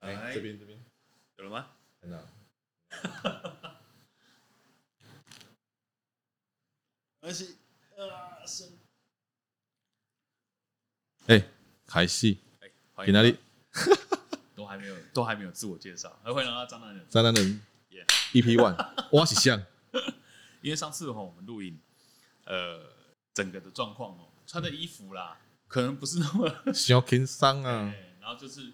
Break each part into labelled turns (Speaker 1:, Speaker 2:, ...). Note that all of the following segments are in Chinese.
Speaker 1: 哎，
Speaker 2: 哎
Speaker 1: 这边这边，
Speaker 2: 有了吗？
Speaker 1: 看到
Speaker 2: 而且啊，是
Speaker 1: 哎，凯西，
Speaker 2: 哎，欢
Speaker 1: 去
Speaker 2: 迎
Speaker 1: 哪里？
Speaker 2: 都还没有都还没有自我介绍，还哎欢迎来到张大人。
Speaker 1: 张南人
Speaker 2: Yeah
Speaker 1: EP E One，我 是像，
Speaker 2: 因为上次哈我们录影，呃，整个的状况哦，穿的衣服啦，可能不是那么，
Speaker 1: 小轻松啊，
Speaker 2: 哎然后就是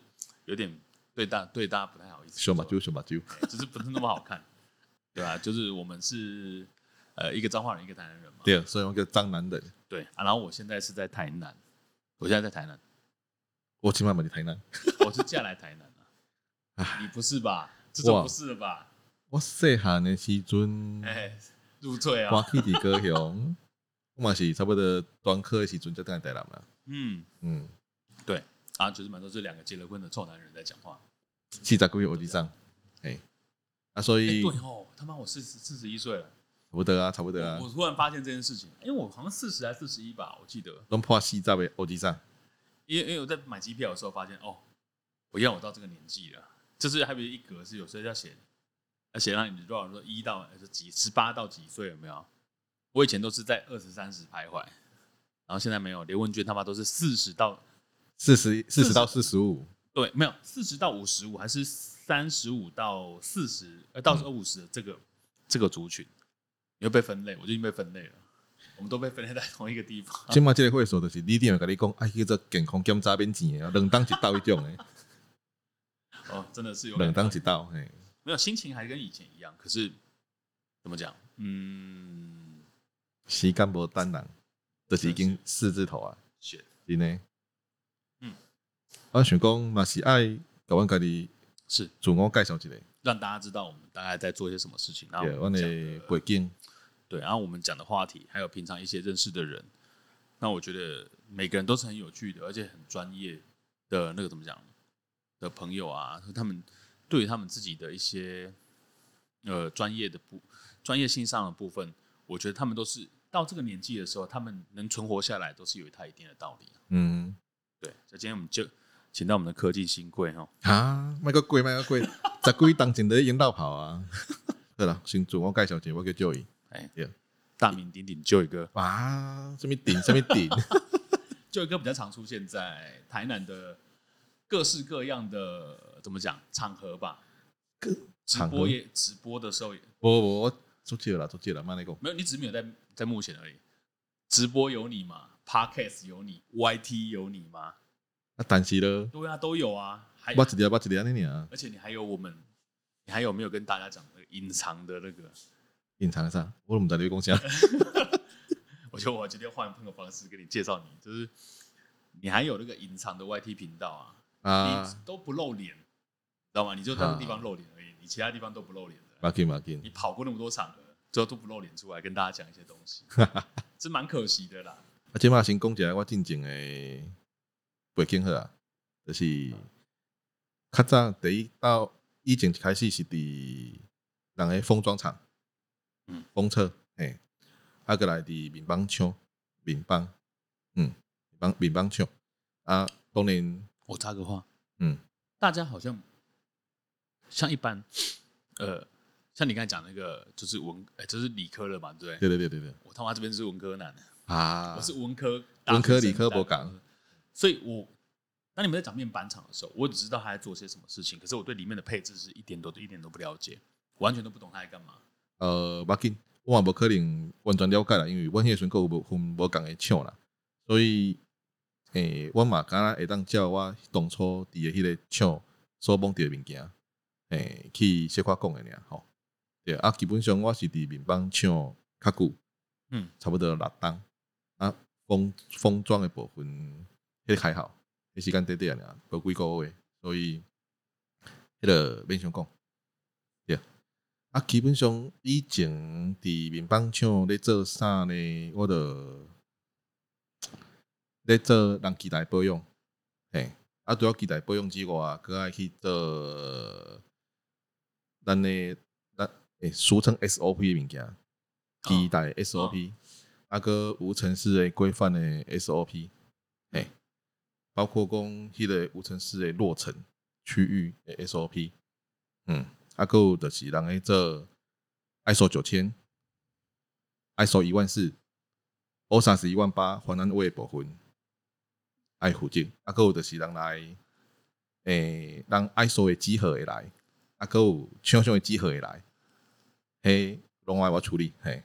Speaker 2: 有点对大对大家不太好意思，
Speaker 1: 小马啾小马啾，
Speaker 2: 哎就是不是那么好看， 对吧、就是我们是呃一个彰化人，一个台南人嘛，
Speaker 1: 对，啊所以我叫张南人，
Speaker 2: 对啊。然后我现在是在台南，我现在在台南，
Speaker 1: 我起码没去台南，
Speaker 2: 我是嫁来台南的、啊，你不是吧？这种
Speaker 1: 哇
Speaker 2: 不是了吧？
Speaker 1: 我细汉的时阵，
Speaker 2: 哎， 入赘
Speaker 1: 我
Speaker 2: 啊，
Speaker 1: 去伫高雄， 我嘛是差不多专科的时阵才等来台南啦，
Speaker 2: 嗯，
Speaker 1: 嗯，
Speaker 2: 对啊，就是蛮多这两个结了婚的臭男人在讲话。
Speaker 1: 四十几岁我地上，哎，啊，所
Speaker 2: 哎，
Speaker 1: 以
Speaker 2: 对
Speaker 1: 差
Speaker 2: 哦，他妈我四十四十一岁了，
Speaker 1: 不多啊，差不多啊
Speaker 2: 我，突然发现这件事情，因哎为我好像四十还四十一吧，我记得，
Speaker 1: 拢破四十的我地上，
Speaker 2: 因为因为我在买机票的时候发现，哦，我要我到这个年纪了，就是还有一格是有时候要写，要写让你多少说一到呃是几十八到几岁有没有？我以前都是在二十三十徘徊，然后现在没有，连问卷他妈都是四十到
Speaker 1: 四十四十到四十五，
Speaker 2: 对，没有四十到五十五，还是三十五到四十，呃，到五十这个、这个族群，你会被分类，我就已经被分类了，我们都被分类在同一个地方。
Speaker 1: 即嘛即个会所就是你定会甲你讲，啊，迄个做健康检查免钱的，啊两当一道迄种的，
Speaker 2: 哦，真的是有
Speaker 1: 两
Speaker 2: 感
Speaker 1: 当
Speaker 2: 觉
Speaker 1: 一道，嘿，
Speaker 2: 没有心情还跟以前一样，可是怎么讲？嗯
Speaker 1: 时间无等人，就是已经四字头啊，
Speaker 2: ，shit，
Speaker 1: 真的。
Speaker 2: 嗯，
Speaker 1: 我想讲嘛是爱甲阮家己
Speaker 2: 是
Speaker 1: 自我介绍一下，
Speaker 2: 让大家知道我们大概在做些什么事情，然后
Speaker 1: 对，
Speaker 2: 我
Speaker 1: 阮
Speaker 2: 们
Speaker 1: 的
Speaker 2: 讲的
Speaker 1: 背景，
Speaker 2: 对，然后我们讲的话题，还有平常一些认识的人，那我觉得每个人都是很有趣的，而且很专业的那个怎么讲的朋友啊，他们对于他们自己的一些呃专业的部专业性上的部分，我觉得他们都是到这个年纪的时候，他们能存活下来，都是有他一定的道理、
Speaker 1: 嗯，
Speaker 2: 对，所以今天我们就请到我们的科技新贵哦，
Speaker 1: 哈，卖个贵，卖个贵，十几当前在引导跑啊。对啦，先自我介绍一下，我叫 Joey。
Speaker 2: 哎
Speaker 1: 对，
Speaker 2: 大名鼎鼎就一个
Speaker 1: 啊，什么顶，什么顶，
Speaker 2: 就一个比较常出现在台南的各式各样的怎么讲场合吧。直
Speaker 1: 场合
Speaker 2: 播也直播的时候也
Speaker 1: 无无，我出去了啦，出去了，慢来讲。
Speaker 2: 没有，你只是没有在在目前而已。直播有你嘛？Podcast 有你？YT 有你吗？
Speaker 1: 啊，但是呢，
Speaker 2: 对啊，都有啊。还
Speaker 1: 我一条，我一条安尼尔，啊
Speaker 2: 而且你还有我们，你还有没有跟大家讲那个隐藏的那个？
Speaker 1: 隐藏的啥？我都唔知你在讲啥。
Speaker 2: 我觉得我今天换换个方式跟你介绍你，就是你还有那个隐藏的 YT 频道啊。
Speaker 1: 啊
Speaker 2: 你，都不露脸，知道吗？你就在那个地方露脸而已，你其他地方都不露脸的。
Speaker 1: 马紧马紧
Speaker 2: 你，跑过那么多场合，最后都不露脸出来跟大家讲一些东 西，这蛮可惜的啦。
Speaker 1: 啊，即马先讲一下我进前诶背景好啊，就是较早第一到以前一开始是伫人诶封装厂，
Speaker 2: 嗯，
Speaker 1: 封测，嘿，啊，过来伫面邦厂，面邦，嗯，面邦面邦厂，啊，当然，
Speaker 2: 我插个话，
Speaker 1: 嗯，
Speaker 2: 大家好像像一般，呃，像你刚才讲那个，就是文，呃就是理科了嘛，对不对？
Speaker 1: 对对对对对，
Speaker 2: 我他妈这边是文科男，欸
Speaker 1: 啊，
Speaker 2: 我是文科大
Speaker 1: 文
Speaker 2: 学生，
Speaker 1: 科理科博
Speaker 2: 博
Speaker 1: 港，
Speaker 2: 所以我当你们在讲面板厂的时候，我只知道他在做些什么事情，可是我对里面的配置是一点都一点都不了解，完全都不懂他在干嘛。
Speaker 1: 呃，要紧，我也无可能完全了解啦，因为阮迄个时阵佫有无分无共诶厂啦，所以诶、我嘛敢若会当照我当初伫诶迄个厂所摸着诶物件，诶、去小可讲诶尔吼。对啊，基本上我是伫民邦厂较久，
Speaker 2: 嗯，
Speaker 1: 差不多六档啊，封封装诶部分迄、个还好，迄时间短短尔，无几个月，所以迄、个免想讲。啊，基本上以前伫面板厂咧做啥呢？我着咧做人机台保养，嘿，啊，除了机台保养之外，佫爱去做咱诶咱诶俗称 SOP 诶物件，机台 SOP，、啊，佫无尘室诶规范诶 SOP，嘿，包括讲迄个无尘室诶落尘区域的 SOP。嗯，啊，还有就是人诶做 ISO 九千、ISO 一万四、O 三十一万八还咱位部分爱护证，啊，还有就是人来诶，咱 ISO 的集合会来，啊，还有厂商的集合会来，嘿，拢爱我处理，嘿，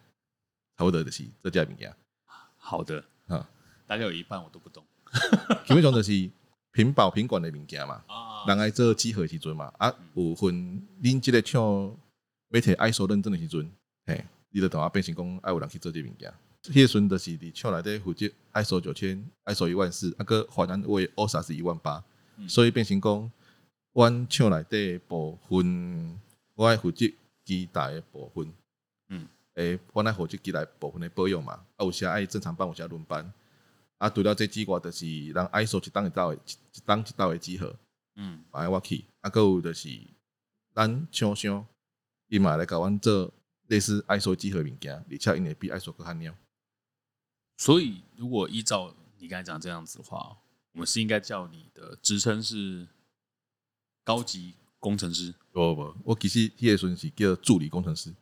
Speaker 1: 差不多就是这家物件。
Speaker 2: 好的，
Speaker 1: 啊，
Speaker 2: 大概有一半我都不懂
Speaker 1: 基本上就是品保品管的物件嘛，
Speaker 2: 啊
Speaker 1: 人爱做集合的时阵嘛，啊，
Speaker 2: 嗯
Speaker 1: 有分恁即个厂要摕 ISO 认证的时阵，嘿，你就同我变成讲爱有人去做这物件。迄个时阵就是伫厂内底负责 ISO 九千、ISO 一万四，啊个华南为 O 三是一万八，
Speaker 2: 嗯
Speaker 1: 所以变成讲，阮厂内底的部分，我爱负责机台的部分，
Speaker 2: 嗯，
Speaker 1: 诶，我爱负责机台部分的保养嘛，啊，有时爱正常班，有时爱轮班。啊，除了这之外，就是人 ISO 一档一道的，一档一道的集合，
Speaker 2: 嗯
Speaker 1: 摆我去，啊，搁有就是咱厂商伊嘛来甲阮做类似 ISO 集合的物件，而且因会比 ISO 更较了。
Speaker 2: 所以，如果依照你刚才讲这样子的话，我们是应该叫你的职称是高级工程师。
Speaker 1: 无哦无，我其实迄个时阵是叫助理工程师，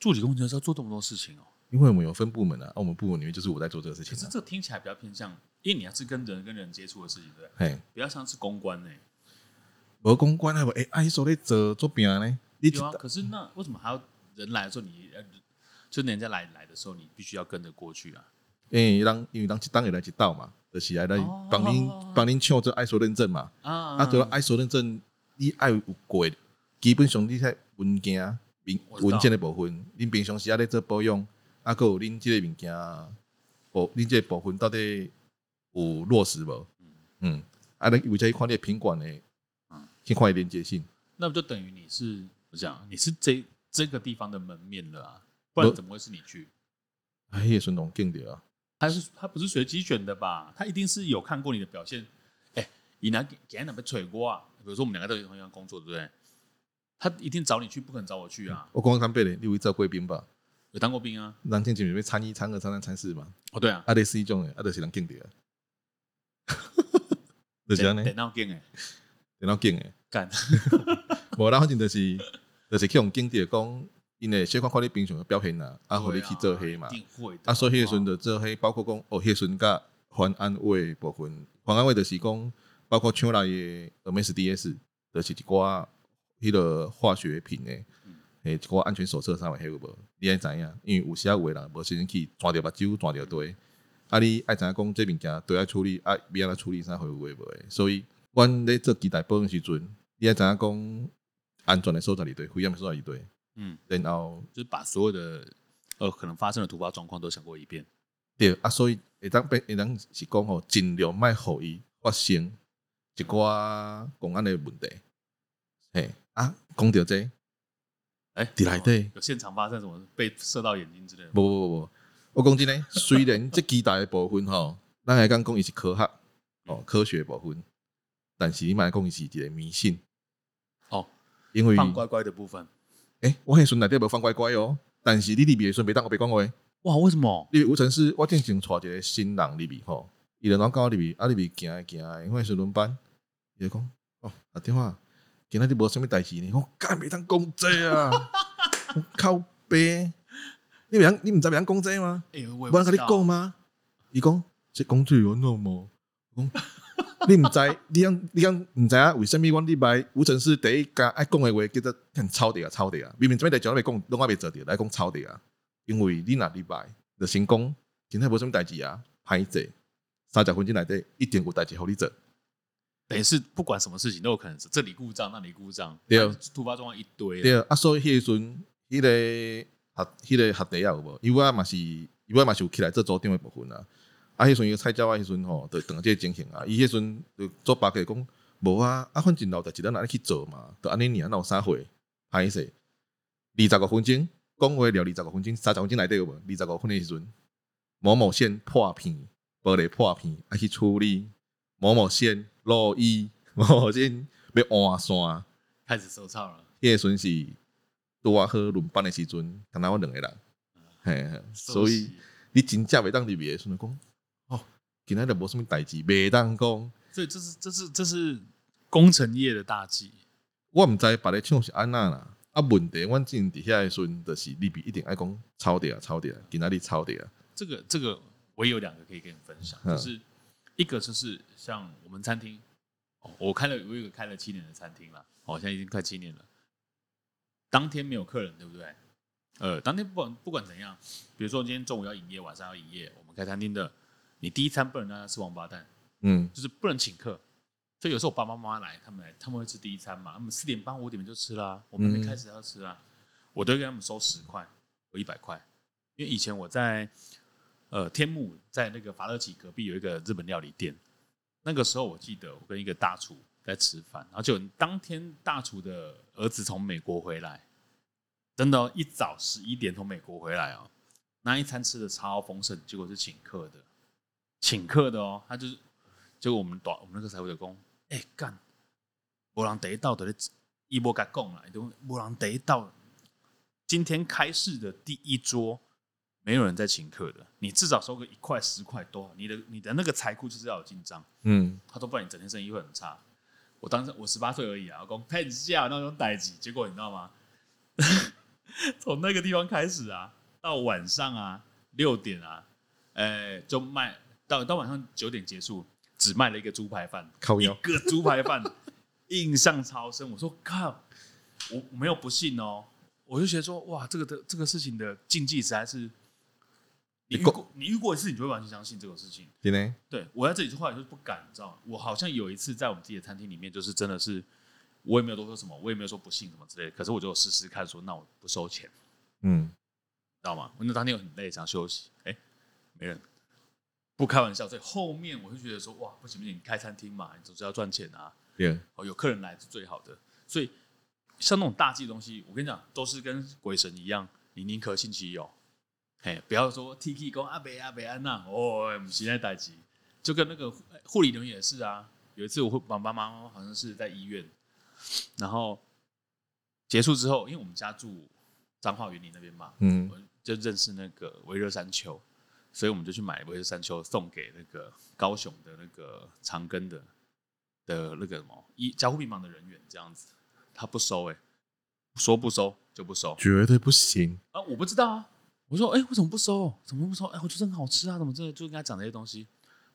Speaker 2: 助理工程师要做这么多事情哦、
Speaker 1: 因为我们有分部门啊，啊我们部门里面就是我在做这个事
Speaker 2: 其
Speaker 1: 情
Speaker 2: 实
Speaker 1: 啊。
Speaker 2: 这听起来比较偏向，因为你还是跟人跟人接触的事情，对不对？
Speaker 1: 嘿，
Speaker 2: 比较像是公关呢、
Speaker 1: 无公关啊，无诶，ISO 咧做做饼呢，你一
Speaker 2: 有啊，可是那为什么还要人来的时候你，呃就人家来来的时候，你必须要跟着过去啊？
Speaker 1: 诶，人因为人一档会来一道嘛，就是来来
Speaker 2: 哦
Speaker 1: 帮恁帮恁抢做 ISO 认证嘛。
Speaker 2: 啊
Speaker 1: 啊，对啊，ISO 认证你爱有过，基本上你在文件、文
Speaker 2: 我知道
Speaker 1: 文件的部分，恁平常时啊咧做保养，啊，佮有恁即个物件，部恁即个部分到底有落实无？嗯，啊，你为在看你的品管的
Speaker 2: 嗯，
Speaker 1: 去看伊连接性，
Speaker 2: 那不就等于你是我讲你是这这个地方的门面了啊？不然
Speaker 1: 不
Speaker 2: 怎么会是你去？
Speaker 1: 啊，迄个孙拢敬着啊，
Speaker 2: 他是他不是随机选的吧？他一定是有看过你的表现。哎、你拿给给他哪边吹过啊？比如说我们两个都有同样工作，对不对？他一定找你去，不可能找我去啊！
Speaker 1: 我讲坦白咧，你有做贵宾吧？
Speaker 2: 有当过兵啊？
Speaker 1: 人进前面参一、参二、参三、参四嘛，
Speaker 2: 哦，对啊，
Speaker 1: 啊，类似迄种诶，啊，就是人敬着啊， 就是安尼，
Speaker 2: 等到见哎，
Speaker 1: 电脑敬诶。
Speaker 2: 干
Speaker 1: 无啦，反正就是就是去用经典讲，因为小看看你平常的表现啦，啊，互你去做黑嘛
Speaker 2: 一。定会的
Speaker 1: 啊，所以迄个时
Speaker 2: 好
Speaker 1: 阵
Speaker 2: 不好
Speaker 1: 就做黑，包括讲哦，迄个时阵甲环安卫部分，环安卫就是讲包括厂内的 MSDS，就是一寡迄个化学品的，诶，一寡安全手册啥物迄有无？你爱知影，因为有时啊有的人无先去抓着目睭，抓着地。啊，你爱知影讲这物件对爱处理，啊，要安怎处理啥会有诶无诶？所以，阮咧做机台保养时阵，你爱知影讲安全的所在伫对，危险的所在伫对，
Speaker 2: 嗯，
Speaker 1: 然后
Speaker 2: 就是把所有的呃可能发生的突发状况都想过一遍。
Speaker 1: 对啊，所以会当变会当是讲吼，尽量莫互伊发生一寡公安的问题。嘿啊，讲到这
Speaker 2: 哎、
Speaker 1: 伫内底
Speaker 2: 有现场发生什么被射到眼睛之类的吗？
Speaker 1: 无无无无，我讲真诶， 虽然即期待的部分吼，咱会讲讲伊是科学哦，科学的部分，但是你莫讲伊是一个迷信，
Speaker 2: 哦，
Speaker 1: 因为
Speaker 2: 放乖乖的部分。
Speaker 1: 诶、我迄时阵内底无放乖乖哦，但是你入面的时阵袂当我白讲话。
Speaker 2: 哇，为什么？
Speaker 1: 哦你无尘是，我正前带一个新人入去吼，伊就拿到我入去，啊入去行的行的，因为是轮班，伊就讲哦，阿电话，今仔日无什物代志呢，我干袂当讲这啊，我靠白，你袂当你毋知袂当讲这吗？
Speaker 2: 哎、我也
Speaker 1: 我
Speaker 2: 不
Speaker 1: 甲你
Speaker 2: 知道
Speaker 1: 讲吗？伊讲这工具有那么，我讲 你毋知，你讲你讲毋知啊影为什物阮礼拜无尘是第一家爱讲的话叫做很抄底啊抄底啊，明明这边代志拢袂讲，拢阿袂做着，来讲抄底啊，因为你若礼拜就先讲，今天无什物代志啊，歹势，三十分钟内底一定有代志互你做，
Speaker 2: 等于是不管什么事情都有可能是这里故障那里故障，
Speaker 1: 对啊
Speaker 2: 反正突发状况一堆。
Speaker 1: 对啊，所以迄个时阵，迄、个学迄、个学弟啊有无？伊我嘛是，伊我嘛是有起来做组长的部分啊。啊，迄时阵伊个菜鸟啊，迄时阵吼，就当即个情形啊。伊迄时阵就做白个讲，无啊，啊，反正老代志咱若咧去做嘛，就安尼尔，哪有啥货？歹势，二十五分钟，讲话了二十五分钟，三十分钟内底有无？二十五分钟的时阵，某某线破片，玻璃破片，啊去处理某某线落衣，某某线要换线。
Speaker 2: 开始手操了，
Speaker 1: 迄个时阵是拄啊好轮班的时阵，敢若我两个人，嘿，嘿所以你真正袂当入去的时阵就讲，哦，今仔日无什物代志，袂当讲，
Speaker 2: 所以这是这是这是工程业的大忌。
Speaker 1: 我毋知别个唱是安那啦。啊，问题阮之前伫遐的时阵，就是你比一定爱讲抄底啊，抄底啊，今仔日抄底啊。
Speaker 2: 这个这个我也有两个可以跟你分享，
Speaker 1: 嗯
Speaker 2: 就是一个就是像我们餐厅，哦我开了我有一个开了七年的餐厅啦，哦，现在已经快七年了。当天没有客人，对不对？呃，当天不管不管怎样，比如说今天中午要营业，晚上要营业，我们开餐厅的，你第一餐不能让他吃王八蛋，
Speaker 1: 嗯
Speaker 2: 就是不能请客。所以有时候我爸爸妈妈来，他们来他们会吃第一餐嘛，他们四点半五点就吃啦、我们还没
Speaker 1: 嗯
Speaker 2: 开始要吃啊，我都会给他们收十块或一百块，因为以前我在呃天幕在那个法乐奇隔壁有一个日本料理店，那个时候我记得我跟一个大厨在吃饭，然后就当天大厨的儿子从美国回来，真的、哦、一早十一点从美国回来哦，那一餐吃的超丰盛，结果是请客的，请客的哦，他就是，结果我们短我们那个财务就讲，哎、干，无人第一道的伊无甲讲啦，伊就讲无人第一道，今天开市的第一桌。没有人在请客的，你至少收个一块十块多，你的你的那个财库就是要有进账。
Speaker 1: 嗯，
Speaker 2: 他说不然你整天生意会很差。我当时我十八岁而已啊，我讲骗一下那种代级，结果你知道吗？ 从那个地方开始啊，到晚上啊六点啊，呃，就卖到到晚上九点结束，只卖了一个猪排饭，
Speaker 1: 靠
Speaker 2: 一
Speaker 1: 腰
Speaker 2: 个猪排饭，印象超深。我说靠，我我没有不信哦，我就觉得说哇，这个的这个事情的禁忌实在是，你
Speaker 1: 你
Speaker 2: 遇
Speaker 1: 过
Speaker 2: 过你遇过一次，你就会完全相信这种事情。
Speaker 1: 真诶，
Speaker 2: 对我在这里就后来就是不敢，你知道吗？我好像有一次在我们自己的餐厅里面，就是真的是我也没有多说什么，我也没有说不信什么之类的，可是我就试试看说，那我不收钱，你
Speaker 1: 嗯，
Speaker 2: 知道吗？我那当天我很累，想休息，哎、没人，不开玩笑。所以后面我就觉得说，哇，不行不行，你开餐厅嘛，你总是要赚钱啊，
Speaker 1: 对，
Speaker 2: 哦，有客人来是最好的。所以像那种大忌的东西，我跟你讲，都是跟鬼神一样，你宁可信其有，嘿，不啊要说 T K 公阿北阿北安娜，哦，不是那代志，就跟那个护护理人员也是啊。有一次我会帮爸妈妈好像是在医院，然后结束之后，因为我们家住彰化园林那边嘛，
Speaker 1: 嗯
Speaker 2: 我就认识那个维热山丘，所以我们就去买维热山丘送给那个高雄的那个长庚的的那个什么医加护病房的人员这样子，他不收哎、说不收就不收
Speaker 1: 绝对不行。
Speaker 2: 啊，我不知道啊，我说哎、为什么不收？怎么不收？哎、我觉得很好吃啊，怎么真的就应该讲这些东西？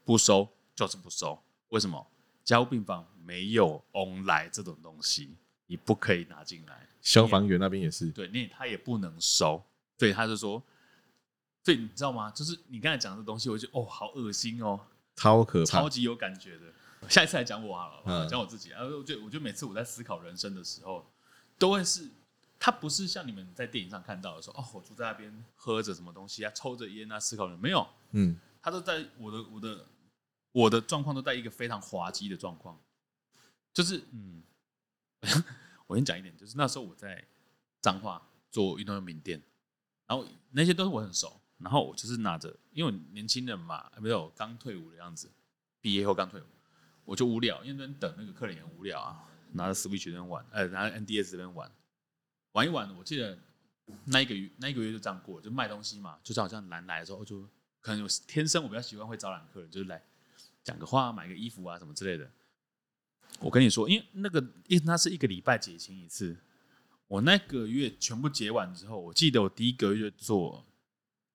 Speaker 2: 不收就是不收，为什么？加护病房没有 online 这种东西，你不可以拿进来。
Speaker 1: 消防员那边也是，
Speaker 2: 对，那他也不能收，所以他就说，所以你知道吗？就是你刚才讲的东西，我就哦，好恶心哦，
Speaker 1: 超可怕
Speaker 2: 超。级有感觉的。下一次来讲我好了，
Speaker 1: 嗯
Speaker 2: 讲我自己。然后我觉得，我觉得每次我在思考人生的时候，都会是，它不是像你们在电影上看到的说，哦，我住在那边喝着什么东西啊，抽着烟啊，思考人没有，
Speaker 1: 嗯，
Speaker 2: 他都在我的我的我的状况都在一个非常滑稽的状况，就是嗯，我先讲一点，就是那时候我在彰化做运动用品店，然后那些都是我很熟，然后我就是拿着，因为我年轻人嘛，啊没有刚退伍的样子，毕业后刚退伍，我就无聊，因为那边等那个客人也很无聊啊，拿着 Switch 这边玩，呃，拿着 NDS 这边玩，玩一玩，我记得那一个月那一个月就这样过，就卖东西嘛，就是好像兰来的时候就可能我天生我比较喜欢会招揽客人，就是来讲个话、买个衣服啊什么之类的。我跟你说，因为那个因为它是一个礼拜结清一次，我那个月全部结完之后，我记得我第一个月做，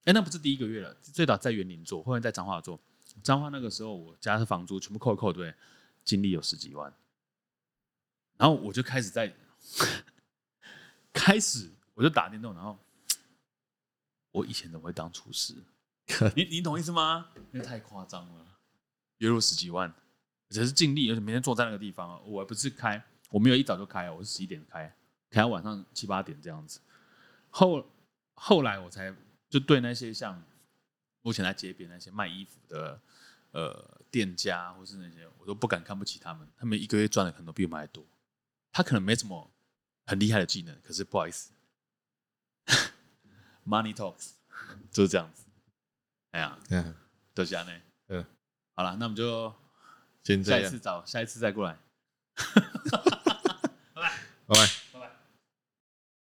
Speaker 2: 哎、那不是第一个月了，最早在园林做，后来在彰化做。彰化那个时候我家的房租全部扣一扣，对不对，经历有十几万，然后我就开始在开始我就打电动，然后我以前怎么会当厨师？你你懂意思吗？那太夸张了，月入十几万，只是尽力，而且每天坐在那个地方，啊我还不是开，我没有一早就开，啊我是十一点开，开到晚上七八点这样子。后后来我才就对那些像目前在街边那些卖衣服的呃店家或是那些，我都不敢看不起他们，他们一个月赚的可能都比我们还多。他可能没什么很厉害的技能，可是不好意思 ，money talks 就是这样子。哎呀，
Speaker 1: 嗯，
Speaker 2: 就是这样呢。
Speaker 1: 嗯，
Speaker 2: 好了，那我们就
Speaker 1: 先这
Speaker 2: 下一
Speaker 1: 样
Speaker 2: 次，找下一次再过来。
Speaker 1: 拜拜。